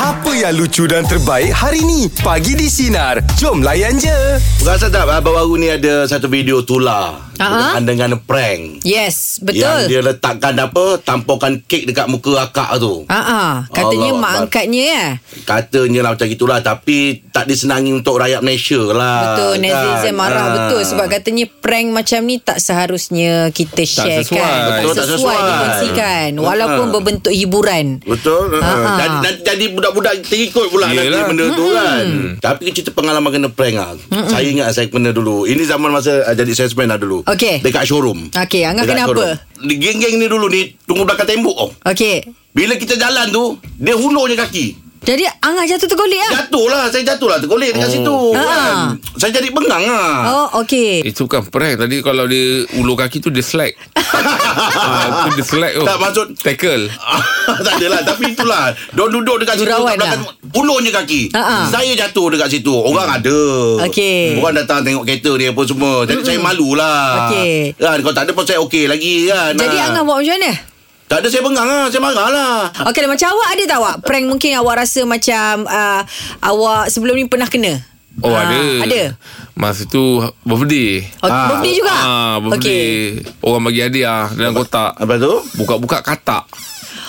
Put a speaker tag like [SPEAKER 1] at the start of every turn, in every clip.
[SPEAKER 1] Apa yang lucu dan terbaik hari ni? Pagi di Sinar. Jom layan je.
[SPEAKER 2] Bukan sedap ah baru-baru ni ada satu video tular
[SPEAKER 3] Aha.
[SPEAKER 2] dengan, dengan prank.
[SPEAKER 3] Yes,
[SPEAKER 2] Yang
[SPEAKER 3] Ha? betul.
[SPEAKER 2] dia letakkan apa tampurkan kek dekat muka akak tu.
[SPEAKER 3] Ah, ah.
[SPEAKER 2] Allah
[SPEAKER 3] katanya mak
[SPEAKER 2] Akbar.
[SPEAKER 3] angkatnya ya.
[SPEAKER 2] Katanya lah macam gitulah tapi tak disenangi untuk rakyat Malaysia lah.
[SPEAKER 3] Betul, netizen
[SPEAKER 2] Ah.
[SPEAKER 3] marah betul sebab katanya prank macam ni tak seharusnya kita share
[SPEAKER 4] sesuai.
[SPEAKER 3] kan.
[SPEAKER 2] Betul, tak
[SPEAKER 3] tak sesuai
[SPEAKER 2] sesuai.
[SPEAKER 3] dikongsikan walaupun
[SPEAKER 2] Ha.
[SPEAKER 3] berbentuk hiburan.
[SPEAKER 2] Betul ah.
[SPEAKER 3] Ha, ha. Hmm.
[SPEAKER 2] jadi, jadi- jadi budak-budak terikut pula
[SPEAKER 4] Yelah.
[SPEAKER 2] Nanti benda tu kan Tapi cerita pengalaman kena prank lah Saya ingat saya kena dulu Ini zaman masa uh, jadi salesman lah dulu
[SPEAKER 3] Okey.
[SPEAKER 2] Dekat showroom
[SPEAKER 3] Okey, Angah
[SPEAKER 2] Dekat
[SPEAKER 3] kena apa?
[SPEAKER 2] showroom. Di Geng-geng ni dulu ni Tunggu belakang tembok oh.
[SPEAKER 3] Okey.
[SPEAKER 2] Bila kita jalan tu Dia hulur je kaki
[SPEAKER 3] Jadi Angah jatuh tergolek ah.
[SPEAKER 2] Jatuh lah Saya jatuh lah tergolek dekat situ
[SPEAKER 3] Ha.
[SPEAKER 2] kan. Saya jadi bengang lah
[SPEAKER 3] Oh, okey.
[SPEAKER 4] Itu bukan prank Tadi kalau dia ulur kaki tu Dia slack ha, Itu dia slack tu
[SPEAKER 2] Tak, maksud-
[SPEAKER 4] Tackle
[SPEAKER 2] tak adalah Tapi itulah Dia duduk dekat situ
[SPEAKER 3] Gurauan
[SPEAKER 2] kat belakang Ulurnya kaki
[SPEAKER 3] Ha, ha.
[SPEAKER 2] Saya jatuh dekat situ Orang ada
[SPEAKER 3] Hmm. Okey. Hmm.
[SPEAKER 2] Orang datang tengok kereta dia apa semua Jadi saya malulah
[SPEAKER 3] Okey.
[SPEAKER 2] kan, Kalau tak ada pun saya okey lagi kan
[SPEAKER 3] Jadi
[SPEAKER 2] Ha.
[SPEAKER 3] Angah buat macam mana?
[SPEAKER 2] Tak ada saya bengang lah Saya marah lah
[SPEAKER 3] Okey, macam awak ada tak awak prank mungkin awak rasa macam uh, awak sebelum ni pernah kena?
[SPEAKER 4] Oh
[SPEAKER 3] Ah,
[SPEAKER 4] ada
[SPEAKER 3] Ada.
[SPEAKER 4] Masa tu Birthday
[SPEAKER 3] Oh,
[SPEAKER 2] Ah.
[SPEAKER 3] birthday juga.
[SPEAKER 4] Ah,
[SPEAKER 3] Okey.
[SPEAKER 4] birthday okay. Orang bagi hadiah Dalam kotak
[SPEAKER 2] Lepas tu
[SPEAKER 4] Buka-buka katak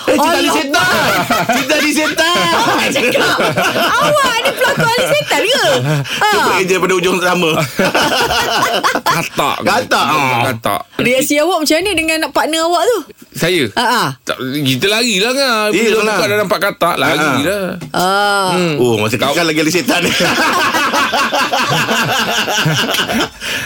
[SPEAKER 2] Eh cerita
[SPEAKER 3] Oh, ya Allah.
[SPEAKER 2] di setan Cerita di setan
[SPEAKER 3] Awak cakap Awak ni pelakon ahli setan ke? Ha.
[SPEAKER 2] Cuba kerja pada ujung sama
[SPEAKER 4] Katak
[SPEAKER 2] Katak, ah.
[SPEAKER 4] Katak
[SPEAKER 3] Reaksi awak macam mana dengan partner awak tu?
[SPEAKER 4] Saya
[SPEAKER 3] Ha ah.
[SPEAKER 4] tak, Kita lari lah kan
[SPEAKER 2] Eh,
[SPEAKER 4] Bila
[SPEAKER 2] lah.
[SPEAKER 4] buka dalam empat katak Lari
[SPEAKER 2] Ah.
[SPEAKER 4] lah
[SPEAKER 3] Ah.
[SPEAKER 2] Oh masa
[SPEAKER 4] Kau-
[SPEAKER 2] kekal lagi di setan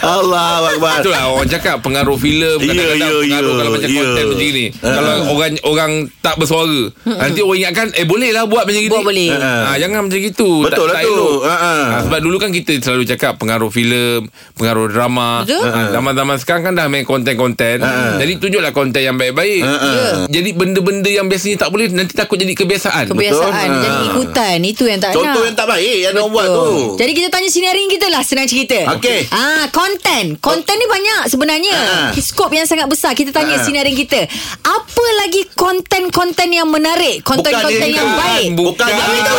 [SPEAKER 2] Allah Akbar
[SPEAKER 4] Itulah lah, orang cakap pengaruh filem
[SPEAKER 2] Ah. Ya,
[SPEAKER 4] kadang-kadang
[SPEAKER 2] ya,
[SPEAKER 4] pengaruh
[SPEAKER 2] ya,
[SPEAKER 4] kalau macam
[SPEAKER 2] ya.
[SPEAKER 4] konten macam ni.
[SPEAKER 2] Ha.
[SPEAKER 4] Kalau orang orang tak bersuara, nanti orang ingatkan eh bolehlah buat macam gini.
[SPEAKER 3] Buat boleh.
[SPEAKER 4] Ha, ha, jangan macam gitu.
[SPEAKER 2] Ah, Betul lah tu.
[SPEAKER 4] elok.
[SPEAKER 2] Ha, ha.
[SPEAKER 4] Ha, sebab dulu kan kita selalu cakap pengaruh filem, pengaruh drama.
[SPEAKER 3] Betul.
[SPEAKER 2] Ah,
[SPEAKER 4] Ha, Zaman-zaman sekarang kan dah main konten-konten.
[SPEAKER 2] Ha.
[SPEAKER 4] Jadi tunjuklah konten yang baik-baik.
[SPEAKER 2] Ya.
[SPEAKER 4] Jadi benda-benda yang biasanya tak boleh nanti takut jadi kebiasaan.
[SPEAKER 3] Kebiasaan
[SPEAKER 2] Betul.
[SPEAKER 3] Jadi
[SPEAKER 2] Ah.
[SPEAKER 3] ikutan Itu yang tak nak
[SPEAKER 2] Contoh yang tak baik Yang orang buat tu
[SPEAKER 3] Jadi kita tanya sinarin kita lah Senang cerita
[SPEAKER 2] Okey.
[SPEAKER 3] ah, Konten Konten ni banyak sebenarnya
[SPEAKER 2] Ah.
[SPEAKER 3] Skop yang sangat besar Kita tanya
[SPEAKER 2] Ah.
[SPEAKER 3] sinarin kita Apa lagi konten-konten yang menarik Konten-konten yang
[SPEAKER 2] bukan.
[SPEAKER 3] baik
[SPEAKER 2] Bukan Ah. yang itu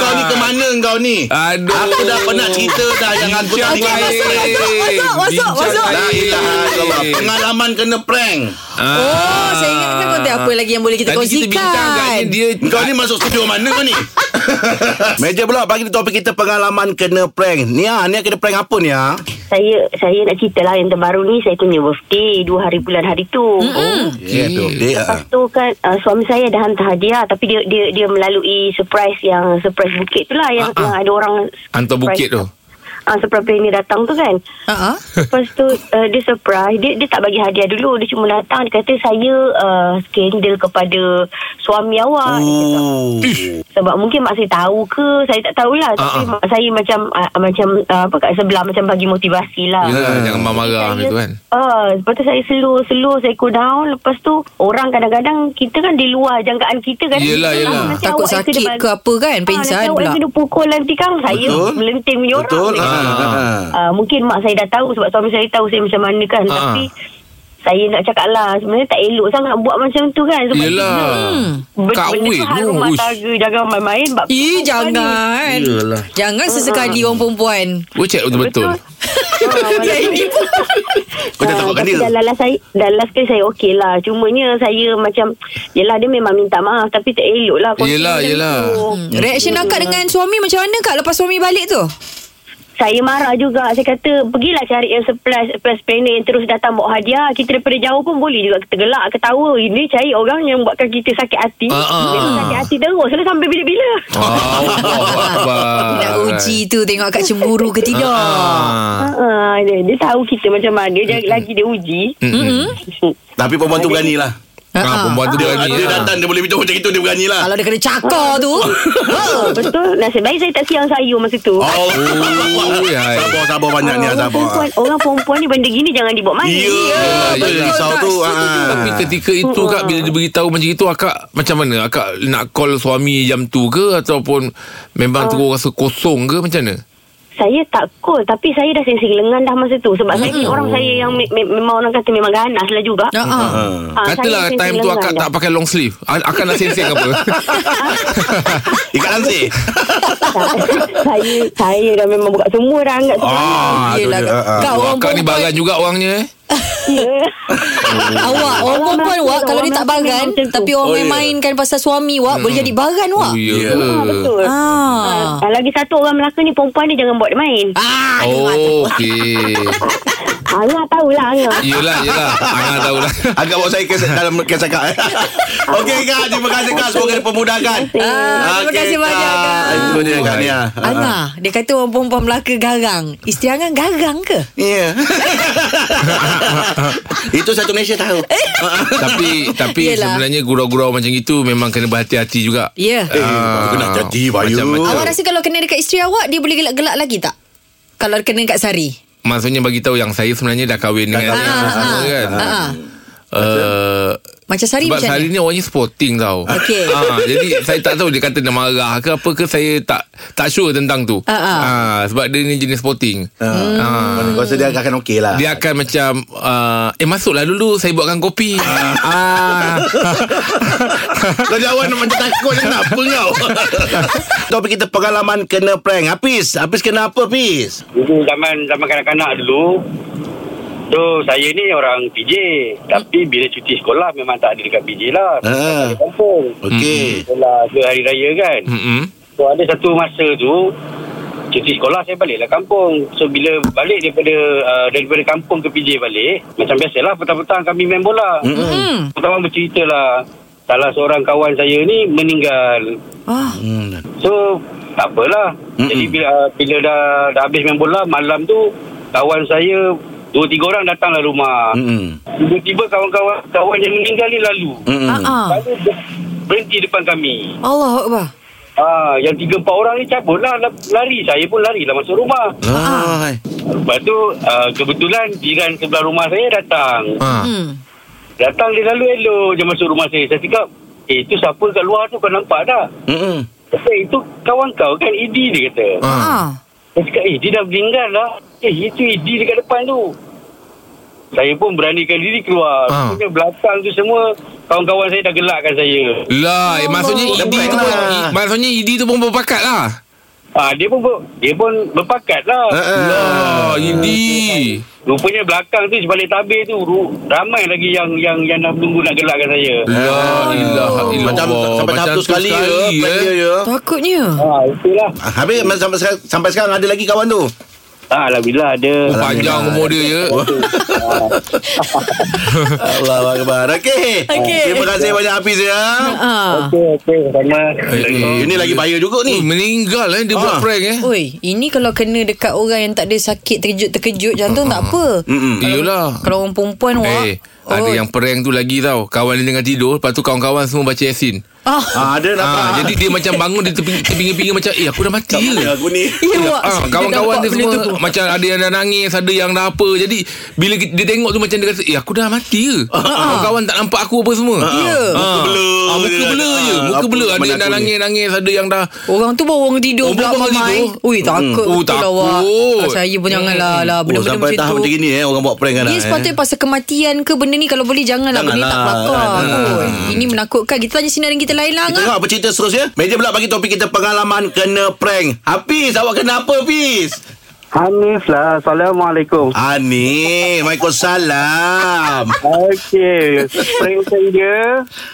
[SPEAKER 2] Kau ni ke mana kau ni
[SPEAKER 4] Aduh.
[SPEAKER 2] Aku dah pernah cerita dah Yang aku tak
[SPEAKER 4] Bincang
[SPEAKER 2] ingat
[SPEAKER 4] baik.
[SPEAKER 3] masuk, masuk,
[SPEAKER 4] Bincang
[SPEAKER 3] masuk.
[SPEAKER 4] baik.
[SPEAKER 2] La ilaha illallah Pengalaman kena prank
[SPEAKER 3] Oh saya ingatkan konten Apa lagi yang boleh kita
[SPEAKER 4] Tadi kita
[SPEAKER 3] kongsikan
[SPEAKER 4] bincang agaknya dia
[SPEAKER 2] Kau ni masuk studio mana kau ni Meja pula Pagi ni topik kita Pengalaman kena prank Nia Nia kena prank apa Nia
[SPEAKER 5] saya saya nak cerita lah yang terbaru ni saya punya birthday dua hari bulan hari tu. Mm-hmm.
[SPEAKER 2] Ya tu Dia ah.
[SPEAKER 5] Lepas tu kan uh, suami saya dah hantar hadiah tapi dia dia dia melalui surprise yang surprise bukit tu lah
[SPEAKER 4] Ah,
[SPEAKER 5] yang,
[SPEAKER 4] ah.
[SPEAKER 5] yang ada orang
[SPEAKER 4] Hantar bukit tu.
[SPEAKER 5] Ah uh, surprise planner datang tu kan.
[SPEAKER 3] Ah, ah.
[SPEAKER 5] Lepas tu uh, dia surprise dia dia tak bagi hadiah dulu dia cuma datang dia kata saya uh, skandal kepada suami awak. Dia kata,
[SPEAKER 2] Oh.
[SPEAKER 5] sebab mungkin mak saya tahu ke saya tak tahulah
[SPEAKER 4] Ah,
[SPEAKER 5] tapi mak saya macam uh, macam uh, apa kat sebelah macam bagi motivasi lah.
[SPEAKER 4] Yelah, Ah, jangan marah-marah gitu kan.
[SPEAKER 5] Ah, lepas tu saya slow slow saya cool down lepas tu orang kadang-kadang kita kan di luar jangkaan kita kan.
[SPEAKER 4] Yelah, yelah.
[SPEAKER 5] nanti awak
[SPEAKER 3] Takut
[SPEAKER 5] yang
[SPEAKER 3] sakit
[SPEAKER 5] kena-
[SPEAKER 3] ke apa kan,
[SPEAKER 5] Ah,
[SPEAKER 3] pingsan
[SPEAKER 5] nanti awak yang
[SPEAKER 3] pula.
[SPEAKER 5] kena pukul nanti kan saya
[SPEAKER 2] Betul.
[SPEAKER 5] melenting punya orang.
[SPEAKER 2] Betul
[SPEAKER 5] Ah.
[SPEAKER 2] ah.
[SPEAKER 5] Ah, mungkin mak saya dah tahu sebab suami saya tahu saya macam mana kan
[SPEAKER 4] Ah.
[SPEAKER 5] tapi saya nak cakap lah sebenarnya tak elok sangat buat macam tu kan sebab
[SPEAKER 4] Yelah.
[SPEAKER 5] benda, benda
[SPEAKER 4] Kahwin
[SPEAKER 5] tu hal
[SPEAKER 4] tu,
[SPEAKER 5] rumah
[SPEAKER 4] uish.
[SPEAKER 5] tangga jangan main-main bab-
[SPEAKER 3] Ih jangan
[SPEAKER 2] Yelah.
[SPEAKER 3] Jangan sesekali orang perempuan
[SPEAKER 4] Oh cek betul-betul.
[SPEAKER 5] Ah,
[SPEAKER 3] Ya ini pun
[SPEAKER 2] Kau dah
[SPEAKER 5] Ah,
[SPEAKER 2] takutkan
[SPEAKER 5] tapi
[SPEAKER 2] dia
[SPEAKER 5] Dah last saya Dah last kali saya okey lah Cumanya saya macam Yelah dia memang minta maaf Tapi tak elok lah Kau
[SPEAKER 4] Yelah,
[SPEAKER 5] macam
[SPEAKER 4] yelah. Hmm,
[SPEAKER 5] tu.
[SPEAKER 3] Hmm.
[SPEAKER 5] Hmm.
[SPEAKER 3] Reaction akak dengan suami macam mana kak Lepas suami balik tu
[SPEAKER 5] Saya marah juga Saya kata Pergilah cari yang surprise Surprise planner Yang terus datang bawa hadiah Kita daripada jauh pun Boleh juga tergelak Ketawa Ini cari orang yang Buatkan kita sakit hati
[SPEAKER 4] Ah, ah.
[SPEAKER 5] Memang sakit hati terus Lah sampai bila-bila
[SPEAKER 4] Allah
[SPEAKER 3] Ah, Nak uji tu Tengok akak cemburu ke tidak
[SPEAKER 4] Ah.
[SPEAKER 5] Ah, dia, dia tahu kita macam mana
[SPEAKER 4] Hmm,
[SPEAKER 5] Dia lagi dia uji
[SPEAKER 2] Tapi perempuan tu berani lah
[SPEAKER 4] Ah, perempuan tu
[SPEAKER 2] Dia,
[SPEAKER 4] berani.
[SPEAKER 2] dia
[SPEAKER 4] lah.
[SPEAKER 2] datang Dia boleh bincang macam itu Dia berani lah
[SPEAKER 3] Kalau dia kena cakar tu
[SPEAKER 5] Oh, Betul Nasib baik saya tak siang sayur masa tu
[SPEAKER 4] Oh,
[SPEAKER 2] Oh,
[SPEAKER 4] ya.
[SPEAKER 2] sabar sabar banyak ni
[SPEAKER 5] orang
[SPEAKER 2] sabar.
[SPEAKER 5] perempuan, orang perempuan ni benda gini jangan dibawa main.
[SPEAKER 2] Ya,
[SPEAKER 4] betul,
[SPEAKER 2] ya, risau
[SPEAKER 3] tak
[SPEAKER 2] tu.
[SPEAKER 3] setuju.
[SPEAKER 2] ah.
[SPEAKER 4] Tapi ketika itu kak bila dia beritahu macam itu akak macam mana? Akak nak call suami jam tu ke ataupun memang terus rasa kosong ke macam mana?
[SPEAKER 5] Saya tak cool Tapi saya dah sensing lengan dah masa tu Sebab saya ni orang saya yang me- me- Memang orang kata memang ganas lah juga
[SPEAKER 3] Ha, ha.
[SPEAKER 5] Ah, saya
[SPEAKER 4] Katalah
[SPEAKER 5] sensing lah.
[SPEAKER 4] time tu
[SPEAKER 5] lengan
[SPEAKER 4] akak
[SPEAKER 5] dah.
[SPEAKER 4] tak pakai long sleeve. A- Akak nak sensing apa?
[SPEAKER 2] Ikat langsir
[SPEAKER 5] saya saya dah memang buka semua dah anggap tu.
[SPEAKER 2] Ah, tu
[SPEAKER 3] Yelah,
[SPEAKER 2] dia. Ah, ah.
[SPEAKER 3] kau
[SPEAKER 4] Wah,
[SPEAKER 3] orang
[SPEAKER 4] akak ni
[SPEAKER 3] perempuan
[SPEAKER 4] bagan juga orangnya eh.
[SPEAKER 5] Ya.
[SPEAKER 3] Awak Orang
[SPEAKER 5] Orang
[SPEAKER 3] perempuan
[SPEAKER 5] Melayu
[SPEAKER 3] awak
[SPEAKER 5] tu,
[SPEAKER 3] Kalau
[SPEAKER 5] orang
[SPEAKER 3] dia tak
[SPEAKER 5] Melayu
[SPEAKER 3] bagan
[SPEAKER 5] memang macam tu.
[SPEAKER 3] Tapi
[SPEAKER 2] Oh,
[SPEAKER 3] orang
[SPEAKER 2] ya.
[SPEAKER 3] main-mainkan Pasal suami awak Boleh jadi bagan awak
[SPEAKER 4] Oh, ya.
[SPEAKER 2] Ya.
[SPEAKER 5] Ah, betul.
[SPEAKER 3] Ah.
[SPEAKER 5] Ah, lagi satu orang Melaka ni perempuan ni jangan buat dia main.
[SPEAKER 3] Ah,
[SPEAKER 4] Oh, okey.
[SPEAKER 5] Angah tahulah Angah.
[SPEAKER 4] Yelah, yelah. Angah tahu lah.
[SPEAKER 2] Agak bawa saya ke dalam kes akak eh. Okey Kak Terima kasih Kak Semoga dipermudahkan
[SPEAKER 3] Ah, terima
[SPEAKER 2] Okey,
[SPEAKER 3] kasih banyak, Kak.
[SPEAKER 2] Itu dia Kak ah. Nia
[SPEAKER 3] Angah Dia kata orang perempuan Melaka garang Isteri Angah garang ke?
[SPEAKER 2] Ya Itu satu Malaysia tahu Eh,
[SPEAKER 4] tapi tapi
[SPEAKER 3] Yelah.
[SPEAKER 4] Yelah. sebenarnya gurau-gurau macam itu memang kena berhati-hati juga.
[SPEAKER 3] Ya.
[SPEAKER 2] Eh, aku nak jadi, Bayu.
[SPEAKER 4] macam-macam.
[SPEAKER 3] Awak rasa kalau kena dekat isteri awak Dia boleh gelak-gelak lagi tak? Kalau kena dekat Sari
[SPEAKER 4] Maksudnya bagi tahu yang saya sebenarnya dah kahwin dengan
[SPEAKER 2] kahwin.
[SPEAKER 4] yang
[SPEAKER 3] Ah,
[SPEAKER 4] sama
[SPEAKER 3] ah,
[SPEAKER 4] kan.
[SPEAKER 3] ah, ah.
[SPEAKER 4] Uh,
[SPEAKER 3] Macam Sari
[SPEAKER 4] sebab
[SPEAKER 3] macam
[SPEAKER 4] Sari
[SPEAKER 3] mana?
[SPEAKER 4] ni orangnya sporting tau
[SPEAKER 3] Okey.
[SPEAKER 4] ha, Jadi saya tak tahu Dia kata dia marah ke apa ke Saya tak tak sure tentang tu
[SPEAKER 3] Ah, Hmm. ah.
[SPEAKER 4] Ha, Sebab dia ni jenis sporting
[SPEAKER 2] Ah, Kau rasa dia akan okey lah
[SPEAKER 4] Dia akan macam uh, Eh masuklah dulu Saya buatkan kopi ah.
[SPEAKER 2] Kau jawab nak macam takut Kenapa kau Topik kita pengalaman Kena prank Hafiz Hafiz kena apa Hafiz
[SPEAKER 6] Dulu zaman zaman kanak-kanak dulu So saya ni orang PJ Tapi bila cuti sekolah Memang tak ada dekat PJ lah
[SPEAKER 2] Ah.
[SPEAKER 6] Di Kampung
[SPEAKER 2] Okey
[SPEAKER 6] Sekolah ke hari raya kan
[SPEAKER 4] Mm-mm.
[SPEAKER 6] So ada satu masa tu Cuti sekolah saya baliklah kampung So bila balik daripada uh, Daripada kampung ke PJ balik Macam biasalah petang-petang kami main bola
[SPEAKER 3] Hmm.
[SPEAKER 6] Pertama bercerita lah Salah seorang kawan saya ni meninggal
[SPEAKER 3] Ah.
[SPEAKER 2] Hmm.
[SPEAKER 6] So tak apalah.
[SPEAKER 2] Mm-mm.
[SPEAKER 6] Mm-mm. Jadi bila bila dah, dah habis main bola malam tu kawan saya dua tiga orang datanglah rumah. Mm.
[SPEAKER 2] Hmm.
[SPEAKER 6] Tiba-tiba kawan-kawan kawan yang meninggal ni lalu.
[SPEAKER 2] Hmm.
[SPEAKER 3] Ah, ah.
[SPEAKER 6] Lalu ber- berhenti depan kami.
[SPEAKER 3] Allah Akbar
[SPEAKER 6] Ah, yang tiga empat orang ni cabut lah la- lari. Saya pun lari lah masuk rumah.
[SPEAKER 2] Ah.
[SPEAKER 6] Lepas tu ah, kebetulan jiran sebelah rumah saya datang.
[SPEAKER 4] Ha.
[SPEAKER 3] Hmm.
[SPEAKER 6] Datang dia lalu elok je masuk rumah saya. Saya cakap, eh tu siapa kat luar tu kau nampak tak?
[SPEAKER 2] Hmm.
[SPEAKER 6] Kata, itu kawan kau kan ED dia kata.
[SPEAKER 4] Ha.
[SPEAKER 3] Ah.
[SPEAKER 6] Saya cakap eh dia dah meninggal lah Eh itu ID dekat depan tu Saya pun beranikan diri keluar
[SPEAKER 4] Ah.
[SPEAKER 6] ha. Punya belakang tu semua Kawan-kawan saya dah gelakkan saya
[SPEAKER 4] Lah eh, Maksudnya
[SPEAKER 3] Allah.
[SPEAKER 4] ED tu pun
[SPEAKER 2] Oh, Lah.
[SPEAKER 4] i- Maksudnya ED tu pun berpakat lah
[SPEAKER 6] ha, Dia pun ber, dia pun berpakat lah
[SPEAKER 3] Ah,
[SPEAKER 2] Ha, Ah.
[SPEAKER 4] Lah ED
[SPEAKER 6] Rupanya belakang tu sebalik tabir tu ru, Ramai lagi yang yang yang nak tunggu nak gelakkan saya
[SPEAKER 4] Lah ilah
[SPEAKER 2] Ah. Macam sampai tahap tu sekali ya
[SPEAKER 4] eh.
[SPEAKER 2] prank dia ya.
[SPEAKER 3] Takutnya
[SPEAKER 6] Ha, itulah
[SPEAKER 2] Ah, Habis mas- sampai sekarang, sampai sekarang ada lagi kawan tu.
[SPEAKER 6] ha, Alhamdulillah ada
[SPEAKER 4] Panjang umur dia ya
[SPEAKER 2] Allah akbar. Okey.
[SPEAKER 3] Okey.
[SPEAKER 2] Terima kasih banyak Hafiz ya.
[SPEAKER 3] Ah.
[SPEAKER 6] Okey, okey, sama
[SPEAKER 4] Eh,
[SPEAKER 2] Ini lagi bahaya juga
[SPEAKER 4] eh,
[SPEAKER 2] ni.
[SPEAKER 3] Mm.
[SPEAKER 4] Meninggal eh Dia
[SPEAKER 2] Ah.
[SPEAKER 4] buat prank eh
[SPEAKER 3] Oi, ini kalau kena dekat orang yang tak ada sakit terkejut-terkejut jantung tak apa.
[SPEAKER 2] Mm-mm.
[SPEAKER 4] Iyalah
[SPEAKER 3] Kalau orang perempuan awak.
[SPEAKER 4] Ha. Eh Ada yang prank tu lagi tau Kawan dia tengah tidur Lepas tu kawan-kawan semua baca Yasin
[SPEAKER 3] Ah.
[SPEAKER 2] Ah, ada nampak.
[SPEAKER 4] ha, Jadi dia macam bangun Dia terping- terpinga-pinga macam Eh aku dah mati
[SPEAKER 2] Tak
[SPEAKER 4] ke
[SPEAKER 2] boleh aku ni.
[SPEAKER 3] Ya, awak.
[SPEAKER 4] Ah, kawan-kawan dia
[SPEAKER 3] nampak benda
[SPEAKER 4] semua
[SPEAKER 3] tu.
[SPEAKER 4] macam ada yang dah nangis, ada yang dah apa. Jadi bila ki- dia tengok tu macam dia kata, "Eh, aku dah mati ke?" Kawan-kawan tak nampak aku apa semua.
[SPEAKER 3] Ya.
[SPEAKER 4] Ah, ah,
[SPEAKER 2] blur je
[SPEAKER 4] muka
[SPEAKER 2] kan.
[SPEAKER 4] blur je.
[SPEAKER 2] Ah,
[SPEAKER 4] Muka
[SPEAKER 2] apa
[SPEAKER 4] blur. Ada
[SPEAKER 2] mana
[SPEAKER 4] yang dah
[SPEAKER 2] aku ni?
[SPEAKER 4] nangis-nangis, ada yang dah
[SPEAKER 3] Orang tu baru orang tidur
[SPEAKER 4] Oh,
[SPEAKER 3] pula
[SPEAKER 4] baru orang
[SPEAKER 3] mamai.
[SPEAKER 4] tidur.
[SPEAKER 3] Ui takut
[SPEAKER 4] Hmm. Oh,
[SPEAKER 3] betul
[SPEAKER 4] takut. Eh.
[SPEAKER 3] awak. Ah, Saya pun janganlah lah
[SPEAKER 2] Oh,
[SPEAKER 3] benda-benda
[SPEAKER 2] sampai tahap
[SPEAKER 3] macam
[SPEAKER 2] macam
[SPEAKER 3] tu.
[SPEAKER 2] ni eh orang buat prank kan.
[SPEAKER 3] Ini sepatutnya pasal kematian ke benda ni Kalau boleh janganlah Benda ni tak
[SPEAKER 2] Janganlah.
[SPEAKER 3] kelakar
[SPEAKER 2] Jangan.
[SPEAKER 3] Oi, Ini menakutkan Kita tanya sinar kita lain
[SPEAKER 2] Kita
[SPEAKER 3] lah Angah.
[SPEAKER 2] tengok apa cerita seterusnya ya. Meja pula bagi topik kita Pengalaman kena prank Hafiz awak kena apa Hafiz?
[SPEAKER 7] Hanif lah. Assalamualaikum.
[SPEAKER 2] Ani Waalaikumsalam
[SPEAKER 7] Okey. Prank saya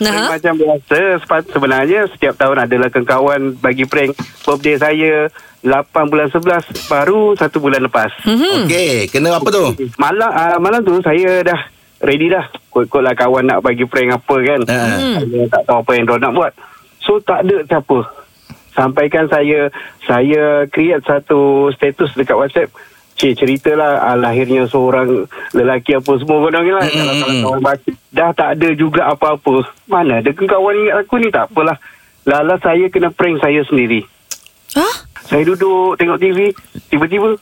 [SPEAKER 3] Nah.
[SPEAKER 7] prank macam biasa. Sepat, sebenarnya setiap tahun adalah kawan bagi prank birthday saya 8 bulan 11 baru 1 bulan lepas.
[SPEAKER 2] Okey Kena apa tu?
[SPEAKER 7] Malam uh, malam tu saya dah ready dah. Kot-kot lah kawan nak bagi prank apa kan.
[SPEAKER 2] Ha.
[SPEAKER 7] Saya tak tahu apa yang dia nak buat. So tak ada siapa. Sampaikan saya saya create satu status dekat WhatsApp. Cik ceritalah ah, lahirnya seorang lelaki apa semua kau dengar lah. Kalau kalau kawan baca. Dah tak ada juga apa-apa. Mana ada ke kawan ingat aku ni tak apalah. Lala saya kena prank saya sendiri.
[SPEAKER 3] Hah?
[SPEAKER 7] Saya duduk tengok TV, tiba-tiba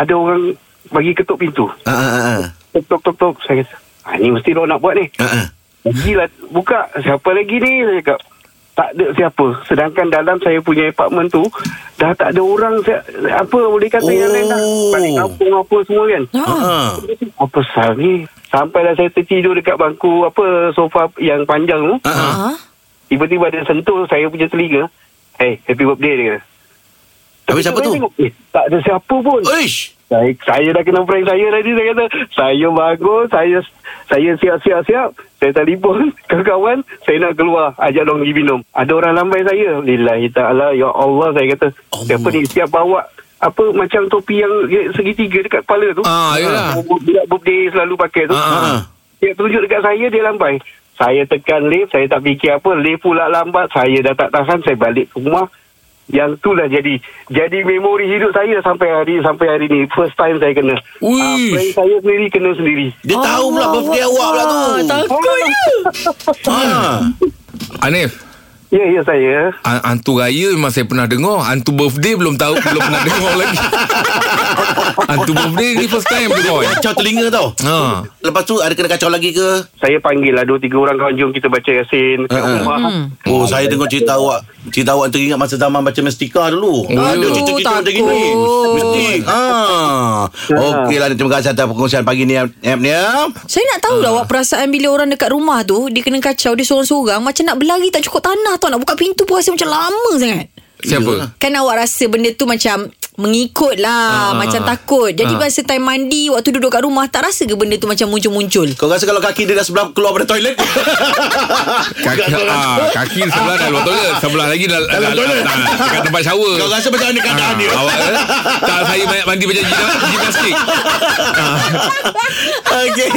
[SPEAKER 7] ada orang bagi ketuk pintu.
[SPEAKER 2] Ha ha ha.
[SPEAKER 7] Tok tok tok tok. Saya kata, ah, ni mesti dia nak buat ni.
[SPEAKER 2] Ha ha.
[SPEAKER 7] Gila buka siapa lagi ni saya cakap tak ada siapa sedangkan dalam saya punya apartment tu Dah tak ada orang saya, Apa boleh kata oh. yang lain dah
[SPEAKER 2] Oh.
[SPEAKER 7] Balik kampung apa semua kan
[SPEAKER 3] Ha.
[SPEAKER 2] Ha.
[SPEAKER 7] Apa sal ni Sampailah saya tertidur dekat bangku Apa sofa yang panjang tu
[SPEAKER 2] Ha. Ha.
[SPEAKER 3] Ha.
[SPEAKER 7] Tiba-tiba ada sentuh saya punya telinga Hey happy birthday dia kata
[SPEAKER 2] Habis siapa
[SPEAKER 7] Saya
[SPEAKER 2] tu?
[SPEAKER 7] tengok, eh, tak ada siapa pun
[SPEAKER 2] Uish.
[SPEAKER 7] saya, saya dah kena prank saya tadi saya kata saya bangun saya saya siap-siap siap saya telefon kawan-kawan saya nak keluar ajak dong pergi minum ada orang lambai saya lillahi taala ya Allah saya kata
[SPEAKER 2] Allah.
[SPEAKER 7] Allah. siapa ni siap bawa apa macam topi yang segitiga dekat kepala tu
[SPEAKER 4] Ah, yalah.
[SPEAKER 7] budak birthday selalu pakai tu
[SPEAKER 2] Ah, ah, ah.
[SPEAKER 7] dia tunjuk dekat saya dia lambai saya tekan lift saya tak fikir apa lift pula lambat saya dah tak tahan saya balik ke rumah yang tu lah jadi jadi memori hidup saya sampai hari sampai hari ni first time saya kena
[SPEAKER 4] Ui.
[SPEAKER 7] Ah, friend saya sendiri kena sendiri
[SPEAKER 2] Dia tahu pula birthday awak pula tu.
[SPEAKER 3] Takutnya.
[SPEAKER 2] Ha.
[SPEAKER 4] Anif
[SPEAKER 7] ya ya saya
[SPEAKER 4] an- Hantu raya memang saya pernah dengar Hantu birthday belum tahu Belum pernah dengar lagi Hantu birthday ni first time dengar eh?
[SPEAKER 2] Kacau telinga tau.
[SPEAKER 4] Ha.
[SPEAKER 2] Lepas tu ada kena kacau lagi ke?
[SPEAKER 7] saya panggil lah dua tiga orang kawan jom kita baca yasin kat
[SPEAKER 2] Ah, ah.
[SPEAKER 7] rumah
[SPEAKER 2] Oh, saya dengar cerita awak. Cerita awak teringat masa zaman baca mestika dulu.
[SPEAKER 4] Oh,
[SPEAKER 2] ada
[SPEAKER 4] ya.
[SPEAKER 2] cerita-cerita macam
[SPEAKER 3] Takut.
[SPEAKER 2] gini. Mesti. Ha. Okeylah, terima kasih atas perkongsian pagi ni, Em ya.
[SPEAKER 3] Saya nak tahu lah awak perasaan bila orang dekat rumah tu dia kena kacau dia seorang-seorang macam nak berlari tak cukup tanah tau nak buka pintu pun rasa macam lama sangat.
[SPEAKER 4] Siapa?
[SPEAKER 3] Kan awak rasa benda tu macam mengikut lah
[SPEAKER 4] Ah.
[SPEAKER 3] macam takut. Jadi
[SPEAKER 4] Ah.
[SPEAKER 3] masa time mandi waktu duduk kat rumah tak rasa ke benda tu macam muncul-muncul?
[SPEAKER 2] Kau rasa kalau kaki dia dah sebelah keluar pada toilet?
[SPEAKER 4] Kaki, ah, kaki sebelah dah luar toilet Sebelah lagi dah, dah, dah, dah, dah Dekat tempat shower
[SPEAKER 2] Kau rasa macam mana keadaan dia?
[SPEAKER 4] Ah, awak eh? Tak saya banyak mandi macam gina- gimnastik
[SPEAKER 2] Okey.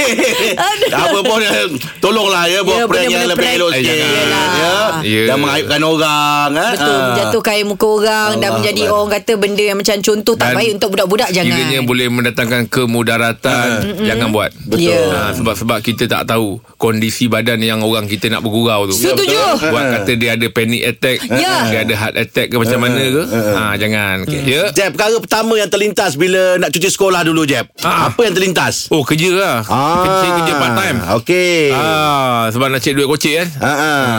[SPEAKER 3] Aduh.
[SPEAKER 2] Tak apa pun eh, tolonglah ya buat
[SPEAKER 3] Ya,
[SPEAKER 2] prank yang
[SPEAKER 3] benda-benda
[SPEAKER 2] lebih
[SPEAKER 3] prank.
[SPEAKER 2] elok
[SPEAKER 4] Eh,
[SPEAKER 2] sikit.
[SPEAKER 4] jangan.
[SPEAKER 2] Ya.
[SPEAKER 4] Ya.
[SPEAKER 2] Dan mengayubkan orang eh.
[SPEAKER 3] Betul
[SPEAKER 2] Ah.
[SPEAKER 3] menjatuhkan air muka orang dan
[SPEAKER 2] Allah
[SPEAKER 3] menjadi
[SPEAKER 2] Akbar.
[SPEAKER 3] orang kata benda yang macam contoh tak
[SPEAKER 4] Dan
[SPEAKER 3] baik untuk budak-budak jangan.
[SPEAKER 4] Kiranya boleh mendatangkan
[SPEAKER 2] Ah.
[SPEAKER 4] kemudaratan Jangan buat
[SPEAKER 3] Betul. Ya.
[SPEAKER 4] Ah, Sebab-sebab kita tak tahu Kondisi badan yang orang kita nak bergurau tu
[SPEAKER 3] Setuju.
[SPEAKER 2] betul.
[SPEAKER 4] Buat kata dia ada panic attack
[SPEAKER 3] Ya. Hmm.
[SPEAKER 4] Dia ada heart attack ke macam mana ke ah, Jangan okay. Ya
[SPEAKER 2] Jeb, perkara pertama yang terlintas bila nak cuci sekolah dulu, Jeb.
[SPEAKER 4] Ah.
[SPEAKER 2] Apa yang terlintas?
[SPEAKER 4] Oh kerja lah Kerja, kerja part time
[SPEAKER 2] Ah. Okey.
[SPEAKER 4] ah, Sebab nak cek duit kocik kan
[SPEAKER 2] Ha ah.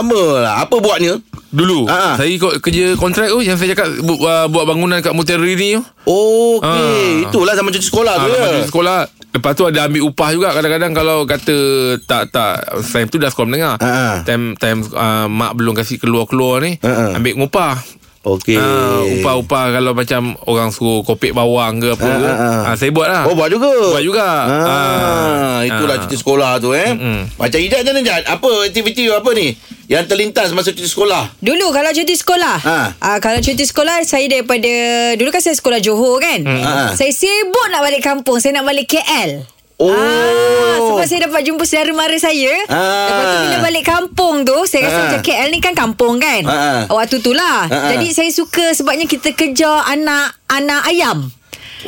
[SPEAKER 2] Lama lah. Apa buatnya?
[SPEAKER 4] Dulu
[SPEAKER 2] Ah.
[SPEAKER 4] Saya ikut kerja kontrak tu Yang saya cakap bu, uh, Buat bangunan kat Mutiara ni tu
[SPEAKER 2] Okey,
[SPEAKER 4] Ah.
[SPEAKER 2] itulah zaman cuci sekolah tu
[SPEAKER 4] Ah,
[SPEAKER 2] ya.
[SPEAKER 4] lepas tu sekolah Lepas tu ada ambil upah juga Kadang-kadang kalau kata Tak tak Time tu dah sekolah menengah
[SPEAKER 2] Ha, ha.
[SPEAKER 4] Time time uh, Mak belum kasih keluar-keluar ni
[SPEAKER 2] Ha, ha.
[SPEAKER 4] Ambil ngupah
[SPEAKER 2] Okey.
[SPEAKER 4] Ah, upah-upah kalau macam orang suruh kopek bawang ke apa
[SPEAKER 2] Ah,
[SPEAKER 4] ke.
[SPEAKER 2] ah, ah.
[SPEAKER 4] Ah, saya buat lah.
[SPEAKER 2] Oh buat juga
[SPEAKER 4] Buat juga.
[SPEAKER 2] ah, Itulah
[SPEAKER 4] Ah.
[SPEAKER 2] cuti sekolah tu eh
[SPEAKER 4] Mm-mm.
[SPEAKER 2] Macam Ijat macam mana Ijat Apa aktiviti apa ni Yang terlintas masa cuti sekolah
[SPEAKER 3] Dulu kalau cuti sekolah
[SPEAKER 2] Ha.
[SPEAKER 3] ah, Kalau cuti sekolah Saya daripada Dulu kan saya sekolah Johor kan
[SPEAKER 2] Ha.
[SPEAKER 3] Saya sibuk nak balik kampung Saya nak balik KL
[SPEAKER 2] Oh.
[SPEAKER 3] Ah, sebab saya dapat jumpa saudara mara saya
[SPEAKER 2] Ah.
[SPEAKER 3] Lepas tu bila balik kampung tu Saya rasa
[SPEAKER 2] Ah.
[SPEAKER 3] macam KL ni kan kampung kan
[SPEAKER 2] Ah.
[SPEAKER 3] Waktu tu lah
[SPEAKER 2] Ah.
[SPEAKER 3] Jadi saya suka sebabnya kita kejar anak Anak ayam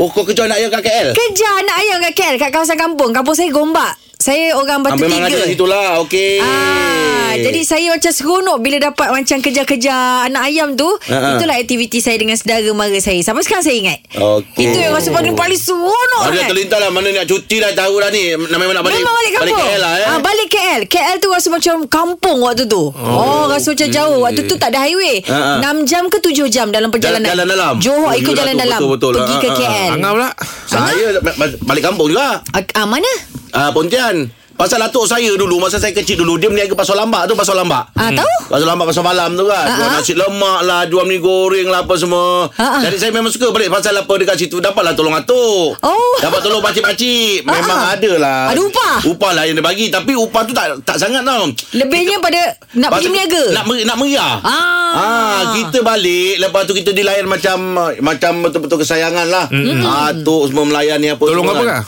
[SPEAKER 2] Oh kau kecoh nak ayam kat KL
[SPEAKER 3] Kejar anak ayam kat KL Kat kawasan kampung Kampung saya Gombak Saya orang
[SPEAKER 2] Ah,
[SPEAKER 3] Batu
[SPEAKER 2] Memang ada
[SPEAKER 3] Tiga
[SPEAKER 2] kat situ lah Okey
[SPEAKER 3] Ah, jadi saya macam seronok bila dapat macam kejar-kejar anak ayam tu.
[SPEAKER 2] Ha, ha.
[SPEAKER 3] Itulah aktiviti saya dengan saudara mara saya. Sampai sekarang saya ingat.
[SPEAKER 2] Okey.
[SPEAKER 3] Itu yang rasa paling paling seronok
[SPEAKER 2] Ada
[SPEAKER 3] kan.
[SPEAKER 2] terlintas lah Mana nak cuti lah Tahu lah ni Memang nak balik
[SPEAKER 3] Memang balik kampung
[SPEAKER 2] Balik KL lah eh
[SPEAKER 3] ah, Balik KL KL tu rasa macam kampung waktu tu Oh, oh rasa macam jauh Waktu tu tak ada highway
[SPEAKER 2] Ah, ah.
[SPEAKER 3] 6 jam ke 7 jam dalam perjalanan
[SPEAKER 2] Jalan- jalan dalam. Oh,
[SPEAKER 3] Johor ikut
[SPEAKER 2] yelah
[SPEAKER 3] jalan
[SPEAKER 2] tu,
[SPEAKER 3] dalam
[SPEAKER 2] betul-betul.
[SPEAKER 3] Pergi
[SPEAKER 2] Ah,
[SPEAKER 3] ke
[SPEAKER 2] ah, ah.
[SPEAKER 3] KL
[SPEAKER 4] Angah pula.
[SPEAKER 2] Saya ba- ba- balik kampung juga
[SPEAKER 3] ah, ah, Mana?
[SPEAKER 2] ah, Pontian Pasal atuk saya dulu Masa saya kecil dulu Dia meniaga pasal lambak tu Pasal lambak
[SPEAKER 3] Ah, Tahu?
[SPEAKER 2] Pasal lambat pasal malam tu kan
[SPEAKER 3] Ha,
[SPEAKER 2] Jual
[SPEAKER 3] ha.
[SPEAKER 2] nasi lemak lah Jual mi goreng lah apa semua
[SPEAKER 3] Ha, ha.
[SPEAKER 2] Jadi saya memang suka balik Pasal apa dekat situ Dapatlah tolong atuk
[SPEAKER 3] Oh.
[SPEAKER 2] Dapat tolong pakcik-pakcik
[SPEAKER 3] Ha,
[SPEAKER 2] Memang
[SPEAKER 3] ha.
[SPEAKER 2] ada lah
[SPEAKER 3] Ada upah?
[SPEAKER 2] Upah lah yang dia bagi Tapi upah tu tak tak sangat tau
[SPEAKER 3] Lebihnya pada Nak pergi
[SPEAKER 2] Pasal-
[SPEAKER 3] meniaga
[SPEAKER 2] Nak, meri- nak meriah
[SPEAKER 3] Ah.
[SPEAKER 2] Ah, kita balik lepas tu kita dilayan macam macam betul-betul kesayangan lah.
[SPEAKER 3] Hmm.
[SPEAKER 2] Mm. Atuk semua melayan ni apa
[SPEAKER 4] Tolong
[SPEAKER 2] semua
[SPEAKER 4] apa
[SPEAKER 2] kan.
[SPEAKER 4] kah?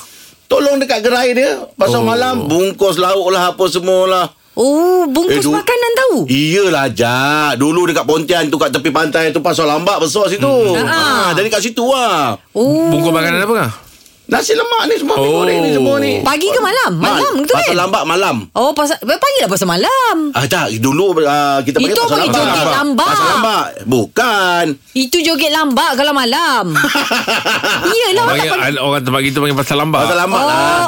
[SPEAKER 2] Tolong dekat gerai dia
[SPEAKER 4] Oh.
[SPEAKER 2] Pasal malam Bungkus lauk lah Apa semua lah
[SPEAKER 3] Oh
[SPEAKER 2] Eh,
[SPEAKER 3] bungkus
[SPEAKER 2] du-
[SPEAKER 3] makanan tahu
[SPEAKER 2] Iyalah Jak Dulu dekat Pontian tu Kat tepi pantai tu Pasal lambak besar situ hmm. ha,
[SPEAKER 3] Ah.
[SPEAKER 2] Dari kat situ lah
[SPEAKER 3] Oh
[SPEAKER 4] Bungkus makanan apa kah?
[SPEAKER 2] Nasi lemak ni semua oh.
[SPEAKER 4] Oh.
[SPEAKER 2] goreng ni semua ni
[SPEAKER 3] Pagi ke malam? Malam
[SPEAKER 2] Ma-
[SPEAKER 3] gitu kan?
[SPEAKER 2] Pasal lambak malam
[SPEAKER 3] Oh pasal eh, Panggil lah pasal malam
[SPEAKER 2] Ah tak dulu uh, kita panggil
[SPEAKER 3] Itu
[SPEAKER 2] pasal
[SPEAKER 3] panggil
[SPEAKER 2] lambak.
[SPEAKER 3] joget lambak.
[SPEAKER 2] Pasal lambak. Bukan.
[SPEAKER 3] Itu joget lambak kalau malam Yelah orang tak
[SPEAKER 4] Panggil,
[SPEAKER 3] panggil
[SPEAKER 4] ada orang tempat kita panggil pasal lambak.
[SPEAKER 2] Pasal lambak
[SPEAKER 3] Oh.
[SPEAKER 2] lah.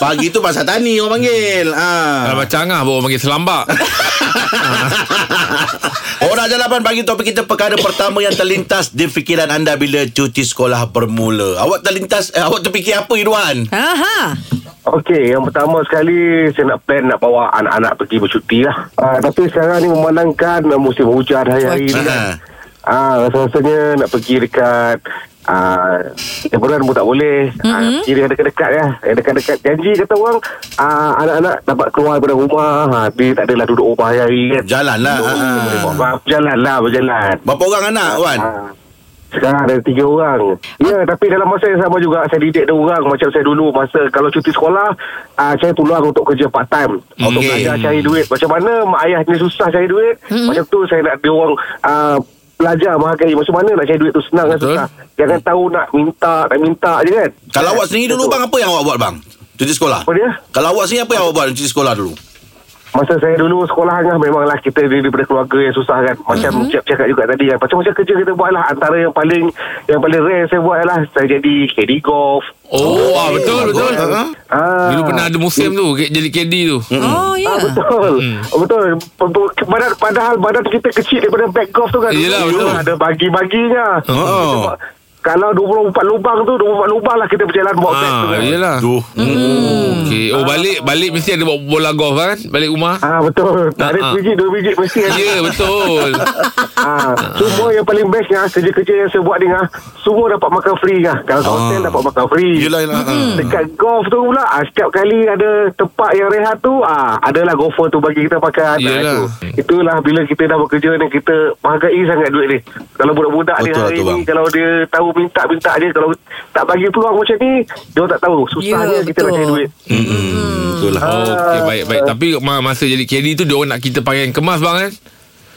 [SPEAKER 2] Pagi tu pasal tani orang panggil. Ah.
[SPEAKER 4] Kalau macam Angah baru panggil selambak.
[SPEAKER 2] Orang jalanan bagi topik kita perkara pertama yang terlintas di fikiran anda bila cuti sekolah bermula. Awak terlintas, eh, awak terfikir apa Irwan?
[SPEAKER 3] Ha ha.
[SPEAKER 8] Okey, yang pertama sekali saya nak plan nak bawa anak-anak pergi bercuti lah. Uh, tapi sekarang ni memandangkan uh, musim hujan hari-hari ni
[SPEAKER 2] Ah.
[SPEAKER 8] kan. Ah, uh, rasanya nak pergi dekat Ah, uh, pun tak boleh mm-hmm. uh, Kira yang dekat-dekat ya Yang dekat-dekat Janji kata orang ah, Anak-anak dapat keluar daripada rumah ha, Dia tak adalah duduk rumah hari-hari kan
[SPEAKER 2] Jalanlah. Ah, ah.
[SPEAKER 8] Ah, Berjalan lah Berjalan
[SPEAKER 2] Berapa orang anak, Wan?
[SPEAKER 8] Ah, Sekarang ada tiga orang
[SPEAKER 2] Ah.
[SPEAKER 8] Ya tapi dalam masa yang sama juga Saya didik dia orang Macam saya dulu Masa kalau cuti sekolah uh, Saya peluang untuk kerja part time Untuk
[SPEAKER 2] Okey.
[SPEAKER 8] belajar cari duit Macam mana Mak ayah ni susah cari duit
[SPEAKER 2] Hmm.
[SPEAKER 8] mm-hmm. Macam tu saya nak dia orang uh, Belajar menghargai Macam mana nak cari duit tu Senang kan
[SPEAKER 4] Betul.
[SPEAKER 8] susah Jangan tahu nak minta Nak minta je kan
[SPEAKER 2] Kalau awak sendiri dulu bang apa yang awak buat bang? Cuti sekolah.
[SPEAKER 8] Apa dia?
[SPEAKER 2] Kalau awak sendiri apa yang awak buat cuti sekolah dulu?
[SPEAKER 8] Masa saya dulu sekolah hangah memanglah kita dari- daripada keluarga yang susah kan. Macam
[SPEAKER 2] Hmm.
[SPEAKER 8] mm-hmm. Cik cakap juga tadi kan. Macam-macam kerja kita buat lah. Antara yang paling yang paling rare saya buat lah. Saya jadi KD golf.
[SPEAKER 4] Oh, ah, betul betul.
[SPEAKER 2] Ha?
[SPEAKER 8] Ah,
[SPEAKER 4] Dulu pernah ada musim tu ke- jadi KD tu.
[SPEAKER 3] Oh
[SPEAKER 8] Ah,
[SPEAKER 3] ya.
[SPEAKER 8] betul. Hmm. Betul. Betul. Padahal, padahal badan kita kecil daripada back golf tu kan.
[SPEAKER 4] Yelah,
[SPEAKER 8] Dulu
[SPEAKER 4] betul.
[SPEAKER 8] Ada bagi-baginya.
[SPEAKER 2] Oh.
[SPEAKER 8] Sebab Kalau 24 lubang tu 24 lubang lah kita berjalan bawa ah, tu
[SPEAKER 4] Ah,
[SPEAKER 8] kan.
[SPEAKER 4] iyalah.
[SPEAKER 2] Duh.
[SPEAKER 4] Okey. Oh, balik balik mesti ada bawa bola golf kan? Balik rumah.
[SPEAKER 8] Ah betul. Tak ada
[SPEAKER 4] Ah, ah.
[SPEAKER 8] biji dua biji mesti
[SPEAKER 4] Ya,
[SPEAKER 8] ada.
[SPEAKER 4] yeah, betul.
[SPEAKER 8] Ah, semua yang paling best ni ah, kerja-kerja yang saya buat ni ah, semua dapat makan free ah. Kalau kat hotel
[SPEAKER 2] Ah.
[SPEAKER 8] dapat makan free.
[SPEAKER 2] Yelah, yelah, ah.
[SPEAKER 8] Dekat golf tu pula ah, setiap kali ada tempat yang rehat tu ah, adalah golfer tu bagi kita pakai anak
[SPEAKER 4] Yelah.
[SPEAKER 8] tu. Itulah bila kita dah bekerja ni kita menghargai sangat duit ni. Kalau budak-budak ni
[SPEAKER 2] Betul
[SPEAKER 8] hari
[SPEAKER 2] tu, bang.
[SPEAKER 8] ni kalau dia tahu minta-minta dia kalau tak bagi peluang macam ni dia orang tak tahu susahnya
[SPEAKER 3] Ya,
[SPEAKER 8] kita nak
[SPEAKER 3] betul.
[SPEAKER 8] cari duit.
[SPEAKER 2] Hmm. Betul
[SPEAKER 8] Ah.
[SPEAKER 2] lah.
[SPEAKER 4] Okey, baik baik. Tapi ma- masa jadi KD tu dia orang nak kita pakaian kemas bang kan?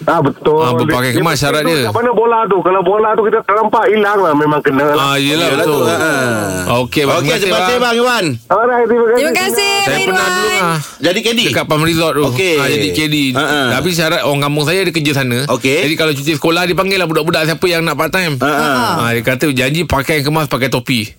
[SPEAKER 8] Ah betul.
[SPEAKER 4] Ah, berpakai kemas syarat dia.
[SPEAKER 8] Kat mana bola tu? Kalau bola tu kita tak nampak hilang lah memang kena
[SPEAKER 4] Ah,
[SPEAKER 8] lah.
[SPEAKER 4] yelah
[SPEAKER 2] Yelah tu.
[SPEAKER 4] betul.
[SPEAKER 2] Ah.
[SPEAKER 4] Okey, bang.
[SPEAKER 2] Okey, terima kasih bang Irwan.
[SPEAKER 8] Alright, terima kasih.
[SPEAKER 3] Terima kasih
[SPEAKER 4] Saya
[SPEAKER 3] Abang
[SPEAKER 4] pernah dulu
[SPEAKER 3] Irwan.
[SPEAKER 4] ah.
[SPEAKER 2] Jadi KD.
[SPEAKER 4] Dekat Palm Resort tu
[SPEAKER 2] Okey.
[SPEAKER 4] ha, Jadi KD
[SPEAKER 2] Ha, ha.
[SPEAKER 4] Tapi syarat orang kampung saya Ada kerja sana
[SPEAKER 2] Okey.
[SPEAKER 4] Jadi kalau cuti sekolah Dia panggil lah budak-budak Siapa yang nak part time
[SPEAKER 2] Ha, ha.
[SPEAKER 4] ha, Dia kata janji pakai kemas Pakai topi
[SPEAKER 2] Okey.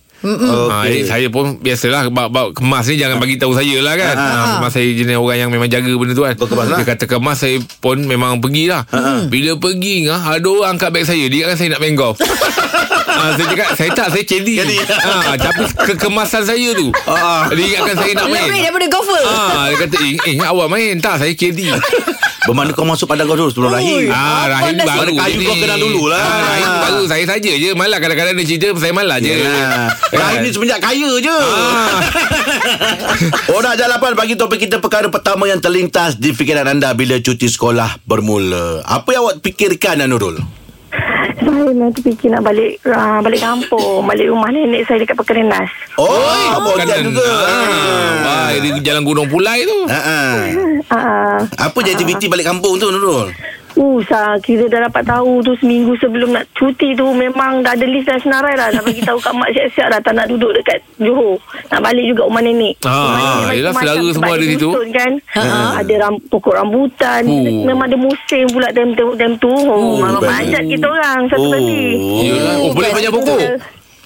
[SPEAKER 4] Ha, jadi saya pun biasalah bab-bab kemas ni jangan bagi tahu saya lah kan. Ha, kemas saya jenis orang yang memang jaga benda tu kan.
[SPEAKER 2] Ah. Berkemas lah. Ah,
[SPEAKER 4] Dia kata kemas saya pun memang pergi lah. Bila pergi ngah ada orang angkat beg saya. Dia kan saya nak main golf. ha, saya cakap saya tak saya cedi. Ha, tapi kekemasan saya tu.
[SPEAKER 2] Ah.
[SPEAKER 4] Dia ingatkan saya nak
[SPEAKER 3] Lebih
[SPEAKER 4] main.
[SPEAKER 3] daripada golfer.
[SPEAKER 4] Ah, dia kata eh, eh ingat awak main tak saya KD.
[SPEAKER 2] Bermakna kau masuk padang kau dulu sebelum lahir.
[SPEAKER 4] ah, Rahim
[SPEAKER 3] dah
[SPEAKER 4] baru.
[SPEAKER 2] sih? Kayu
[SPEAKER 4] ni.
[SPEAKER 2] kau kenal dulu lah.
[SPEAKER 4] Ah, Rahim
[SPEAKER 2] Ah.
[SPEAKER 4] baru saya saja je. Malah kadang-kadang dia cerita saya malah je.
[SPEAKER 2] Yelah.
[SPEAKER 4] Kan?
[SPEAKER 2] Rahim ni semenjak kaya je.
[SPEAKER 4] Ah.
[SPEAKER 2] Orang Jalapan bagi topik kita perkara pertama yang terlintas di fikiran anda bila cuti sekolah bermula. Apa yang awak fikirkan Anurul?
[SPEAKER 9] Saya memang terfikir nak balik uh, balik kampung, balik rumah nenek saya dekat Pekerenas.
[SPEAKER 2] Oh, oh bojak
[SPEAKER 4] Kanan.
[SPEAKER 2] juga.
[SPEAKER 4] Ah. Wah, di jalan Gunung Pulai tu.
[SPEAKER 2] Ah. ah.
[SPEAKER 9] Uh,
[SPEAKER 2] Apa je aktiviti balik kampung tu Nurul?
[SPEAKER 9] usah ah, kira dah dapat tahu tu seminggu sebelum nak cuti tu memang dah ada list dah senarai dah. Dah bagi tahu kat mak siap-siap dah tak nak duduk dekat Johor. Nak balik juga rumah nenek.
[SPEAKER 4] Ah,
[SPEAKER 9] Rumah nenek
[SPEAKER 4] yelah,
[SPEAKER 9] macam-macam tempat
[SPEAKER 4] selera semua ada
[SPEAKER 9] dia
[SPEAKER 4] situ. Ha,
[SPEAKER 9] susun Kan? Uh, ada ram, pokok rambutan.
[SPEAKER 4] Oh.
[SPEAKER 9] Memang ada musim pula dem tu. Dem tu. Oh, memang panjat kita orang satu kali.
[SPEAKER 4] Oh. Yelah. Oh, boleh banyak pokok.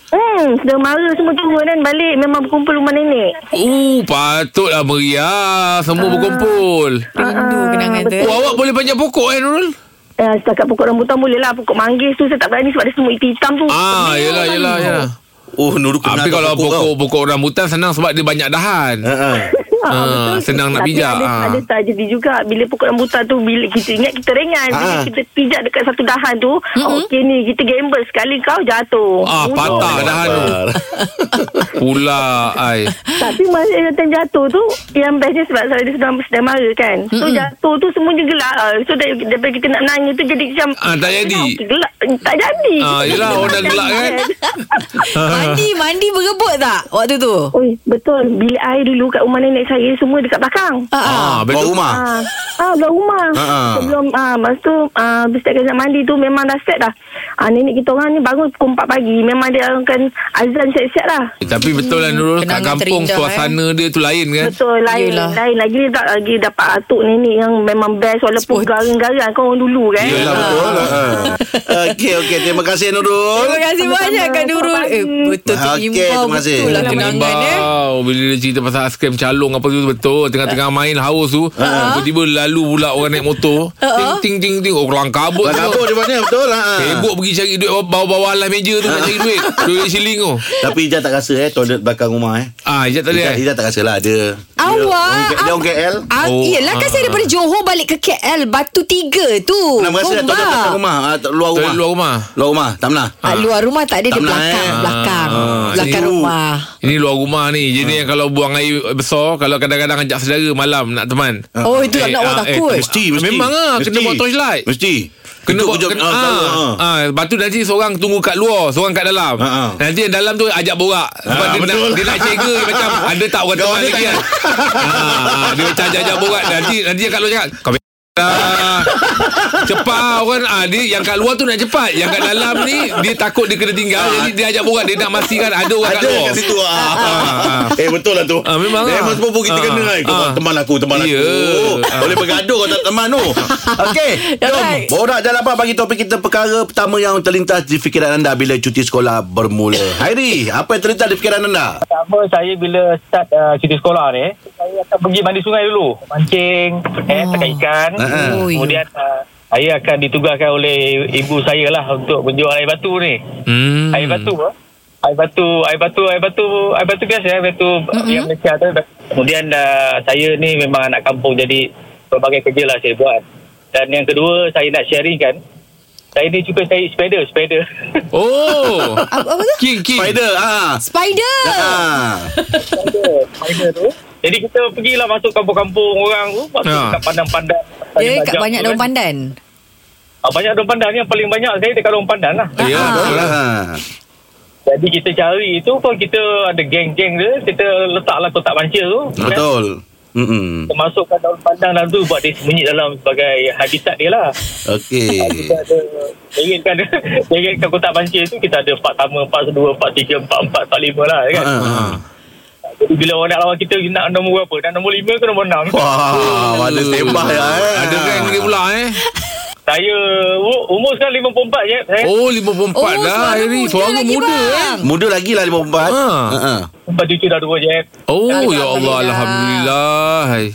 [SPEAKER 9] Hmm, dah marah semua turun kan balik memang berkumpul rumah nenek.
[SPEAKER 4] Oh, patutlah meriah. Semua berkumpul.
[SPEAKER 3] Rindu kenangan tu.
[SPEAKER 4] Oh, awak boleh panjat pokok eh, Nurul?
[SPEAKER 9] Uh, setakat pokok rambutan boleh lah Pokok manggis tu saya tak berani Sebab dia semua iti hitam tu
[SPEAKER 4] Ah,
[SPEAKER 5] ya lah,
[SPEAKER 4] yelah, yelah, yelah.
[SPEAKER 2] Oh, Nurul kenal
[SPEAKER 4] Tapi
[SPEAKER 2] tak
[SPEAKER 4] kalau
[SPEAKER 2] kau?
[SPEAKER 4] pokok-pokok rambutan senang sebab dia banyak dahan.
[SPEAKER 2] Ah, ah.
[SPEAKER 4] Ah, senang nak
[SPEAKER 9] Tapi
[SPEAKER 4] pijak,
[SPEAKER 9] ada,
[SPEAKER 4] ah.
[SPEAKER 9] ada tragedi juga Bila pokok rambutan tu Bila kita ingat kita ringan Bila
[SPEAKER 2] Ah.
[SPEAKER 9] kita pijak dekat satu dahan tu mm-hmm. Okey ni kita gamble Sekali kau jatuh
[SPEAKER 4] Ah,
[SPEAKER 5] Oh,
[SPEAKER 9] Bunuh.
[SPEAKER 4] patah dahan tu. Pula, ai.
[SPEAKER 9] Tapi masa yang datang jatuh tu Yang bestnya sebab saya dia sedang, sedang marah kan So mm-hmm. jatuh tu semua dia gelak ah. So dari- daripada kita nak nangis tu Jadi macam
[SPEAKER 4] Ah, tak jadi.
[SPEAKER 9] Okey, gelak, Tak jadi
[SPEAKER 4] Ah, yelah, orang dah gelak kan?
[SPEAKER 3] Mandi mandi berebut tak waktu tu?
[SPEAKER 9] Oi, betul. Bilik air dulu kat rumah nenek saya semua dekat belakang.
[SPEAKER 3] Ha ah.
[SPEAKER 4] Ah,
[SPEAKER 2] Buat
[SPEAKER 4] betul.
[SPEAKER 2] rumah.
[SPEAKER 9] Ah, ah belakang rumah.
[SPEAKER 2] Ah, ah.
[SPEAKER 9] Sebelum ah masa tu ah setiap kali nak mandi tu memang dah set dah. Ah nenek kita orang ni bangun pukul 4 pagi. Memang dia akan azan siap-siap lah.
[SPEAKER 4] Tapi betul lah Nurul Kat
[SPEAKER 3] Kenangan
[SPEAKER 4] kampung
[SPEAKER 3] terindah,
[SPEAKER 4] suasana dia tu lain kan
[SPEAKER 9] Betul lain
[SPEAKER 3] Yelah.
[SPEAKER 9] lain lagi tak lagi dapat atuk nenek yang memang best walaupun
[SPEAKER 3] Sporty. Eh, lah.
[SPEAKER 9] garang-garang kau orang dulu kan.
[SPEAKER 4] Yelah,
[SPEAKER 2] Betul lah. ah. Okey okey terima kasih Nurul.
[SPEAKER 3] Terima kasih
[SPEAKER 9] Sama-sama.
[SPEAKER 3] banyak Kak Nurul. Eh,
[SPEAKER 9] Selamat
[SPEAKER 3] betul tu
[SPEAKER 2] Okey,
[SPEAKER 3] imbau
[SPEAKER 2] terima kasih.
[SPEAKER 3] betul lah
[SPEAKER 4] Dia kena
[SPEAKER 3] kenangan eh.
[SPEAKER 4] imbau Bila dia cerita pasal Askrim calong Apa tu betul Tengah-tengah main haus tu Tiba-tiba lalu pula Orang naik motor Ting ting ting ting Oh kelang kabut
[SPEAKER 2] Buat
[SPEAKER 4] tu.
[SPEAKER 2] apa dia mana betul lah.
[SPEAKER 4] Sibuk pergi cari duit Bawa-bawa alas meja tu Nak cari duit Duit siling tu
[SPEAKER 2] Tapi Ijaz tak rasa eh Toilet belakang rumah eh
[SPEAKER 4] Ah, Ijaz tak ada
[SPEAKER 2] Ijaz,
[SPEAKER 4] eh
[SPEAKER 2] Ijaz tak rasa lah Ada
[SPEAKER 3] Awak
[SPEAKER 2] Dia, dia orang KL
[SPEAKER 3] Ah,
[SPEAKER 4] Oh,
[SPEAKER 3] oh, yelah kan
[SPEAKER 4] ah.
[SPEAKER 3] saya daripada Johor balik ke KL Batu Tiga tu
[SPEAKER 2] Nak rasa dah toilet belakang rumah ah, tak- Luar
[SPEAKER 4] Toilet
[SPEAKER 2] rumah
[SPEAKER 4] luar rumah.
[SPEAKER 2] Luar rumah Tak pernah
[SPEAKER 3] Ah, luar rumah tak ada
[SPEAKER 2] Tak
[SPEAKER 3] Di
[SPEAKER 2] pernah,
[SPEAKER 3] belakang
[SPEAKER 2] eh.
[SPEAKER 3] Belakang
[SPEAKER 4] Ah,
[SPEAKER 3] Belakang
[SPEAKER 2] itu.
[SPEAKER 3] rumah
[SPEAKER 4] Ini luar rumah ni Jadi yang kalau buang air besar Kalau kadang-kadang ajak saudara Malam nak teman
[SPEAKER 3] Oh itu nak nak awak
[SPEAKER 4] ah, eh,
[SPEAKER 3] takut
[SPEAKER 2] Mesti mesti
[SPEAKER 4] Memang lah Kena
[SPEAKER 2] Mesti.
[SPEAKER 4] bawa torchlight
[SPEAKER 2] Mesti
[SPEAKER 4] Kena
[SPEAKER 2] Tutup
[SPEAKER 4] buat
[SPEAKER 2] kejap,
[SPEAKER 4] kena,
[SPEAKER 2] ah,
[SPEAKER 4] ah,
[SPEAKER 2] tahu, ah.
[SPEAKER 4] ah. Lepas tu nanti seorang tunggu kat luar Seorang kat dalam
[SPEAKER 2] Ah, ah.
[SPEAKER 4] Nanti yang dalam tu ajak borak Sebab
[SPEAKER 2] Ah,
[SPEAKER 4] dia, nak,
[SPEAKER 2] betul.
[SPEAKER 4] dia nak jaga dia Macam ada tak orang
[SPEAKER 2] Kawan
[SPEAKER 4] teman
[SPEAKER 2] dia
[SPEAKER 4] lagi
[SPEAKER 2] tak-
[SPEAKER 4] kan ah, ah, Dia macam ajak-ajak borak Nanti nanti yang kat luar cakap Kau Ah, cepat orang ah, dia yang kat luar tu nak cepat yang kat dalam ni dia takut dia kena tinggal jadi dia ajak borak dia nak pastikan ada orang kat
[SPEAKER 2] Ada
[SPEAKER 4] luar
[SPEAKER 2] kat situ ah.
[SPEAKER 4] ah.
[SPEAKER 2] Eh betul lah tu
[SPEAKER 4] Ah, memang
[SPEAKER 2] Memang
[SPEAKER 4] lah.
[SPEAKER 2] sepupu kita
[SPEAKER 4] Ah,
[SPEAKER 2] kena kan Kau
[SPEAKER 4] ah.
[SPEAKER 2] buat teman aku Teman
[SPEAKER 4] Ya.
[SPEAKER 2] aku Oh,
[SPEAKER 4] Ah.
[SPEAKER 2] Boleh bergaduh Kau tak teman tu Okey Jom
[SPEAKER 3] Alright.
[SPEAKER 2] Borak jalan apa Bagi topik kita Perkara pertama yang terlintas Di fikiran anda Bila cuti sekolah bermula Hairi Apa yang terlintas di fikiran anda
[SPEAKER 1] Tak apa saya bila start uh, cuti sekolah ni Saya akan pergi mandi sungai dulu Mancing Eh
[SPEAKER 3] Oh.
[SPEAKER 1] tangkap ikan
[SPEAKER 2] Ah.
[SPEAKER 3] Oh, ya.
[SPEAKER 1] Kemudian uh, Saya akan ditugaskan oleh Ibu saya lah Untuk menjual air batu ni
[SPEAKER 4] hmm.
[SPEAKER 1] Air batu apa? Air batu, air batu, air batu, air batu biasa, air batu mm-hmm. yang Malaysia tu. Kemudian uh, saya ni memang anak kampung jadi berbagai kerja lah saya buat. Dan yang kedua saya nak sharing kan. Saya ni juga saya spider, spider.
[SPEAKER 4] oh
[SPEAKER 3] Apa, apa tu?
[SPEAKER 4] king king
[SPEAKER 2] Spider ah.
[SPEAKER 3] Spider
[SPEAKER 2] Ah.
[SPEAKER 1] spider tu. Jadi kita pergilah masuk kampung-kampung orang tu. Masuk
[SPEAKER 2] Ya.
[SPEAKER 4] Ha.
[SPEAKER 1] ha. kat pandang-pandang.
[SPEAKER 3] Dia Eh, kat
[SPEAKER 1] Tajam
[SPEAKER 3] banyak
[SPEAKER 1] tu
[SPEAKER 3] daun
[SPEAKER 1] kan.
[SPEAKER 3] pandan
[SPEAKER 1] Ah, banyak daun pandan ni yang paling banyak saya dekat daun pandan lah.
[SPEAKER 4] Ya,
[SPEAKER 3] Ah.
[SPEAKER 4] betul lah.
[SPEAKER 2] Ah.
[SPEAKER 1] Jadi kita cari tu pun kita ada geng-geng dia. Kita letaklah kotak mancia tu.
[SPEAKER 2] Betul Mm-mm.
[SPEAKER 1] Termasukkan daun pandan dalam tu Buat dia sembunyi dalam Sebagai habitat dia lah
[SPEAKER 2] Okey
[SPEAKER 1] Kita ada Ingatkan Ingatkan kotak pancir tu Kita ada part pertama Part kedua Part tiga Part empat Part lima lah kan
[SPEAKER 2] Ah, ah.
[SPEAKER 1] Jadi bila orang nak lawan kita Nak nombor berapa Dan nombor lima ke nombor enam
[SPEAKER 2] Wah, ada sembah ya. Eh.
[SPEAKER 4] Ada kan dia pula eh
[SPEAKER 1] Saya u- Umur sekarang lima puluh empat je Saya
[SPEAKER 4] Oh 54
[SPEAKER 3] Oh,
[SPEAKER 4] dah
[SPEAKER 3] suara
[SPEAKER 4] Airi
[SPEAKER 3] muda
[SPEAKER 4] Suara
[SPEAKER 3] lagi,
[SPEAKER 4] muda eh
[SPEAKER 3] bang.
[SPEAKER 2] Muda lagi lah 54. Ha.
[SPEAKER 4] Ha.
[SPEAKER 2] Ha.
[SPEAKER 1] empat cucu dah dua je eh.
[SPEAKER 4] Oh
[SPEAKER 3] Alhamdulillah.
[SPEAKER 4] ya Allah Alhamdulillah Hai.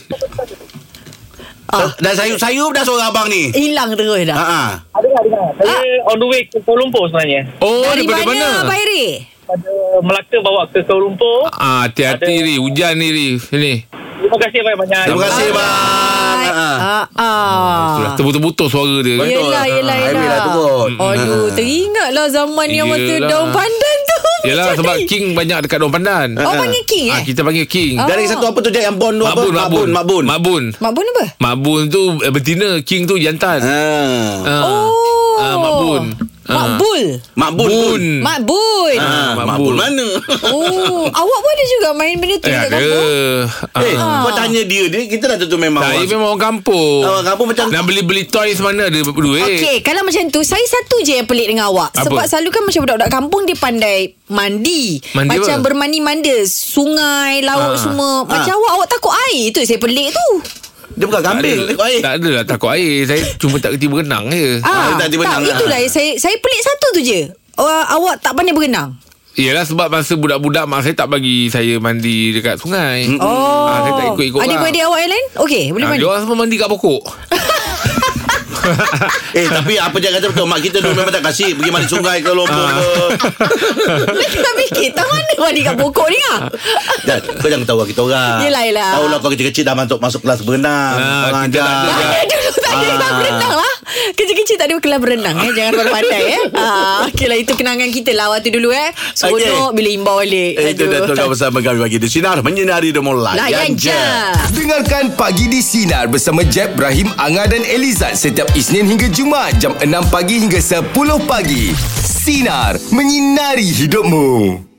[SPEAKER 2] So, dah sayup-sayup dah suara abang ni.
[SPEAKER 3] Hilang terus
[SPEAKER 2] Ha
[SPEAKER 3] dah
[SPEAKER 2] ah.
[SPEAKER 1] Ada ada Saya on the way ke Kuala Lumpur sebenarnya
[SPEAKER 4] Oh
[SPEAKER 3] Dari
[SPEAKER 4] daripada
[SPEAKER 3] mana,
[SPEAKER 4] mana
[SPEAKER 3] Abang Iri?
[SPEAKER 1] Pada Melaka bawa ke Kuala Lumpur
[SPEAKER 4] Ah, Hati-hati
[SPEAKER 1] Ada-
[SPEAKER 4] Ri Hujan ni Ri Sini
[SPEAKER 1] Terima kasih banyak-banyak
[SPEAKER 2] Terima kasih bang. Ha. ah.
[SPEAKER 3] Ah, ah. Ya,
[SPEAKER 4] Itulah, Terputus-putus suara dia
[SPEAKER 2] Betul.
[SPEAKER 3] Yelah, yelah,
[SPEAKER 2] Ah, highway
[SPEAKER 3] yelah.
[SPEAKER 2] lah tu kot.
[SPEAKER 3] Aduh, teringatlah zaman yang masa
[SPEAKER 4] Hmm, Yelah.
[SPEAKER 3] daun pandan tu.
[SPEAKER 4] Yelah
[SPEAKER 3] Macam
[SPEAKER 4] sebab
[SPEAKER 3] ni.
[SPEAKER 4] King banyak dekat Daun Pandan
[SPEAKER 3] Oh, panggil King
[SPEAKER 4] Ah,
[SPEAKER 3] eh?
[SPEAKER 4] Kita panggil King
[SPEAKER 3] Ah.
[SPEAKER 2] Dari satu apa tu Jack yang bon tu
[SPEAKER 4] Mabun
[SPEAKER 2] apa?
[SPEAKER 4] Mabun
[SPEAKER 2] Mabun. Mabun.
[SPEAKER 4] Mabun
[SPEAKER 3] Mak Bun
[SPEAKER 4] Ah,
[SPEAKER 3] apa?
[SPEAKER 4] Mabun tu eh, betina King tu jantan
[SPEAKER 2] Ha.
[SPEAKER 4] Ah.
[SPEAKER 3] Oh.
[SPEAKER 4] Ah, Mabun Ah. Hmm.
[SPEAKER 3] Makbul.
[SPEAKER 2] Mabun.
[SPEAKER 4] Bun. Eh,
[SPEAKER 3] Makbun.
[SPEAKER 2] Ha,
[SPEAKER 4] Mabun.
[SPEAKER 2] Mabun mana?
[SPEAKER 3] Oh, awak pun ada juga main benda
[SPEAKER 4] Eh
[SPEAKER 3] tu dekat
[SPEAKER 4] ada
[SPEAKER 3] kampung?
[SPEAKER 4] Ah.
[SPEAKER 2] Eh, kau tanya dia ni kita dah tentu memang.
[SPEAKER 4] Saya
[SPEAKER 2] orang-
[SPEAKER 4] memang orang kampung
[SPEAKER 2] Orang kampung macam-
[SPEAKER 4] Nak beli-beli toys mana eh? ada duit
[SPEAKER 3] Okey, kalau macam tu saya satu je yang pelik dengan awak.
[SPEAKER 4] Apa?
[SPEAKER 3] Sebab selalu kan macam budak-budak kampung dia pandai mandi.
[SPEAKER 4] Mandi
[SPEAKER 3] macam
[SPEAKER 4] apa?
[SPEAKER 3] bermandi manda, sungai,
[SPEAKER 4] Ah.
[SPEAKER 3] laut semua. Macam
[SPEAKER 2] Ah.
[SPEAKER 3] awak awak takut air. Itu yang saya pelik tu.
[SPEAKER 2] Dia bukan kambing.
[SPEAKER 4] Tak
[SPEAKER 2] Kau
[SPEAKER 4] ada,
[SPEAKER 2] eh.
[SPEAKER 4] tak ada lah takut air Saya cuma tak kerti berenang je
[SPEAKER 2] Ah, dia tak tiba berenang lah.
[SPEAKER 3] itulah yang saya saya pelik satu tu je. Uh, awak tak pandai berenang.
[SPEAKER 4] Yelah sebab masa budak-budak Mak saya tak bagi saya mandi dekat sungai
[SPEAKER 2] Mm-mm.
[SPEAKER 3] Oh.
[SPEAKER 4] Ah, saya tak ikut-ikut lah.
[SPEAKER 3] Adik-adik awak yang lain? Okey, boleh
[SPEAKER 4] Ah,
[SPEAKER 3] mandi.
[SPEAKER 4] dia orang semua mandi kat pokok
[SPEAKER 2] Eh, tapi apa Jack kata betul. Mak kita dulu memang tak kasih pergi mandi sungai ke lombok
[SPEAKER 4] Ah.
[SPEAKER 2] ke.
[SPEAKER 3] Nak fikir Tak mana mandi kat pokok ni ah.
[SPEAKER 2] Dan kau jangan tahu kita orang.
[SPEAKER 3] Yelah, yelah.
[SPEAKER 2] Tahulah kau kecil-kecil dah masuk masuk kelas berenang.
[SPEAKER 4] Ah,
[SPEAKER 2] orang
[SPEAKER 4] kita
[SPEAKER 2] ajar.
[SPEAKER 4] dah-
[SPEAKER 3] Ada Eh, dulu tak ada
[SPEAKER 2] Ah.
[SPEAKER 3] kelas berenang lah Kecil-kecil tak ada kelas berenang eh Jangan pandai-pandai eh ah, Okey lah itu kenangan kita lah Waktu dulu eh
[SPEAKER 2] Okey.
[SPEAKER 3] Seronok bila imbau balik
[SPEAKER 2] Eh, Itu dah tukar bersama kami bagi di Sinar Menyinari Demo
[SPEAKER 3] Layan
[SPEAKER 2] Layan
[SPEAKER 3] je
[SPEAKER 2] je
[SPEAKER 10] Dengarkan Pagi di Sinar bersama Jeb, Ibrahim, Anga dan Elizad setiap Isnin hingga Jumaat jam 6 pagi hingga 10 pagi. Sinar. Menyinari hidupmu.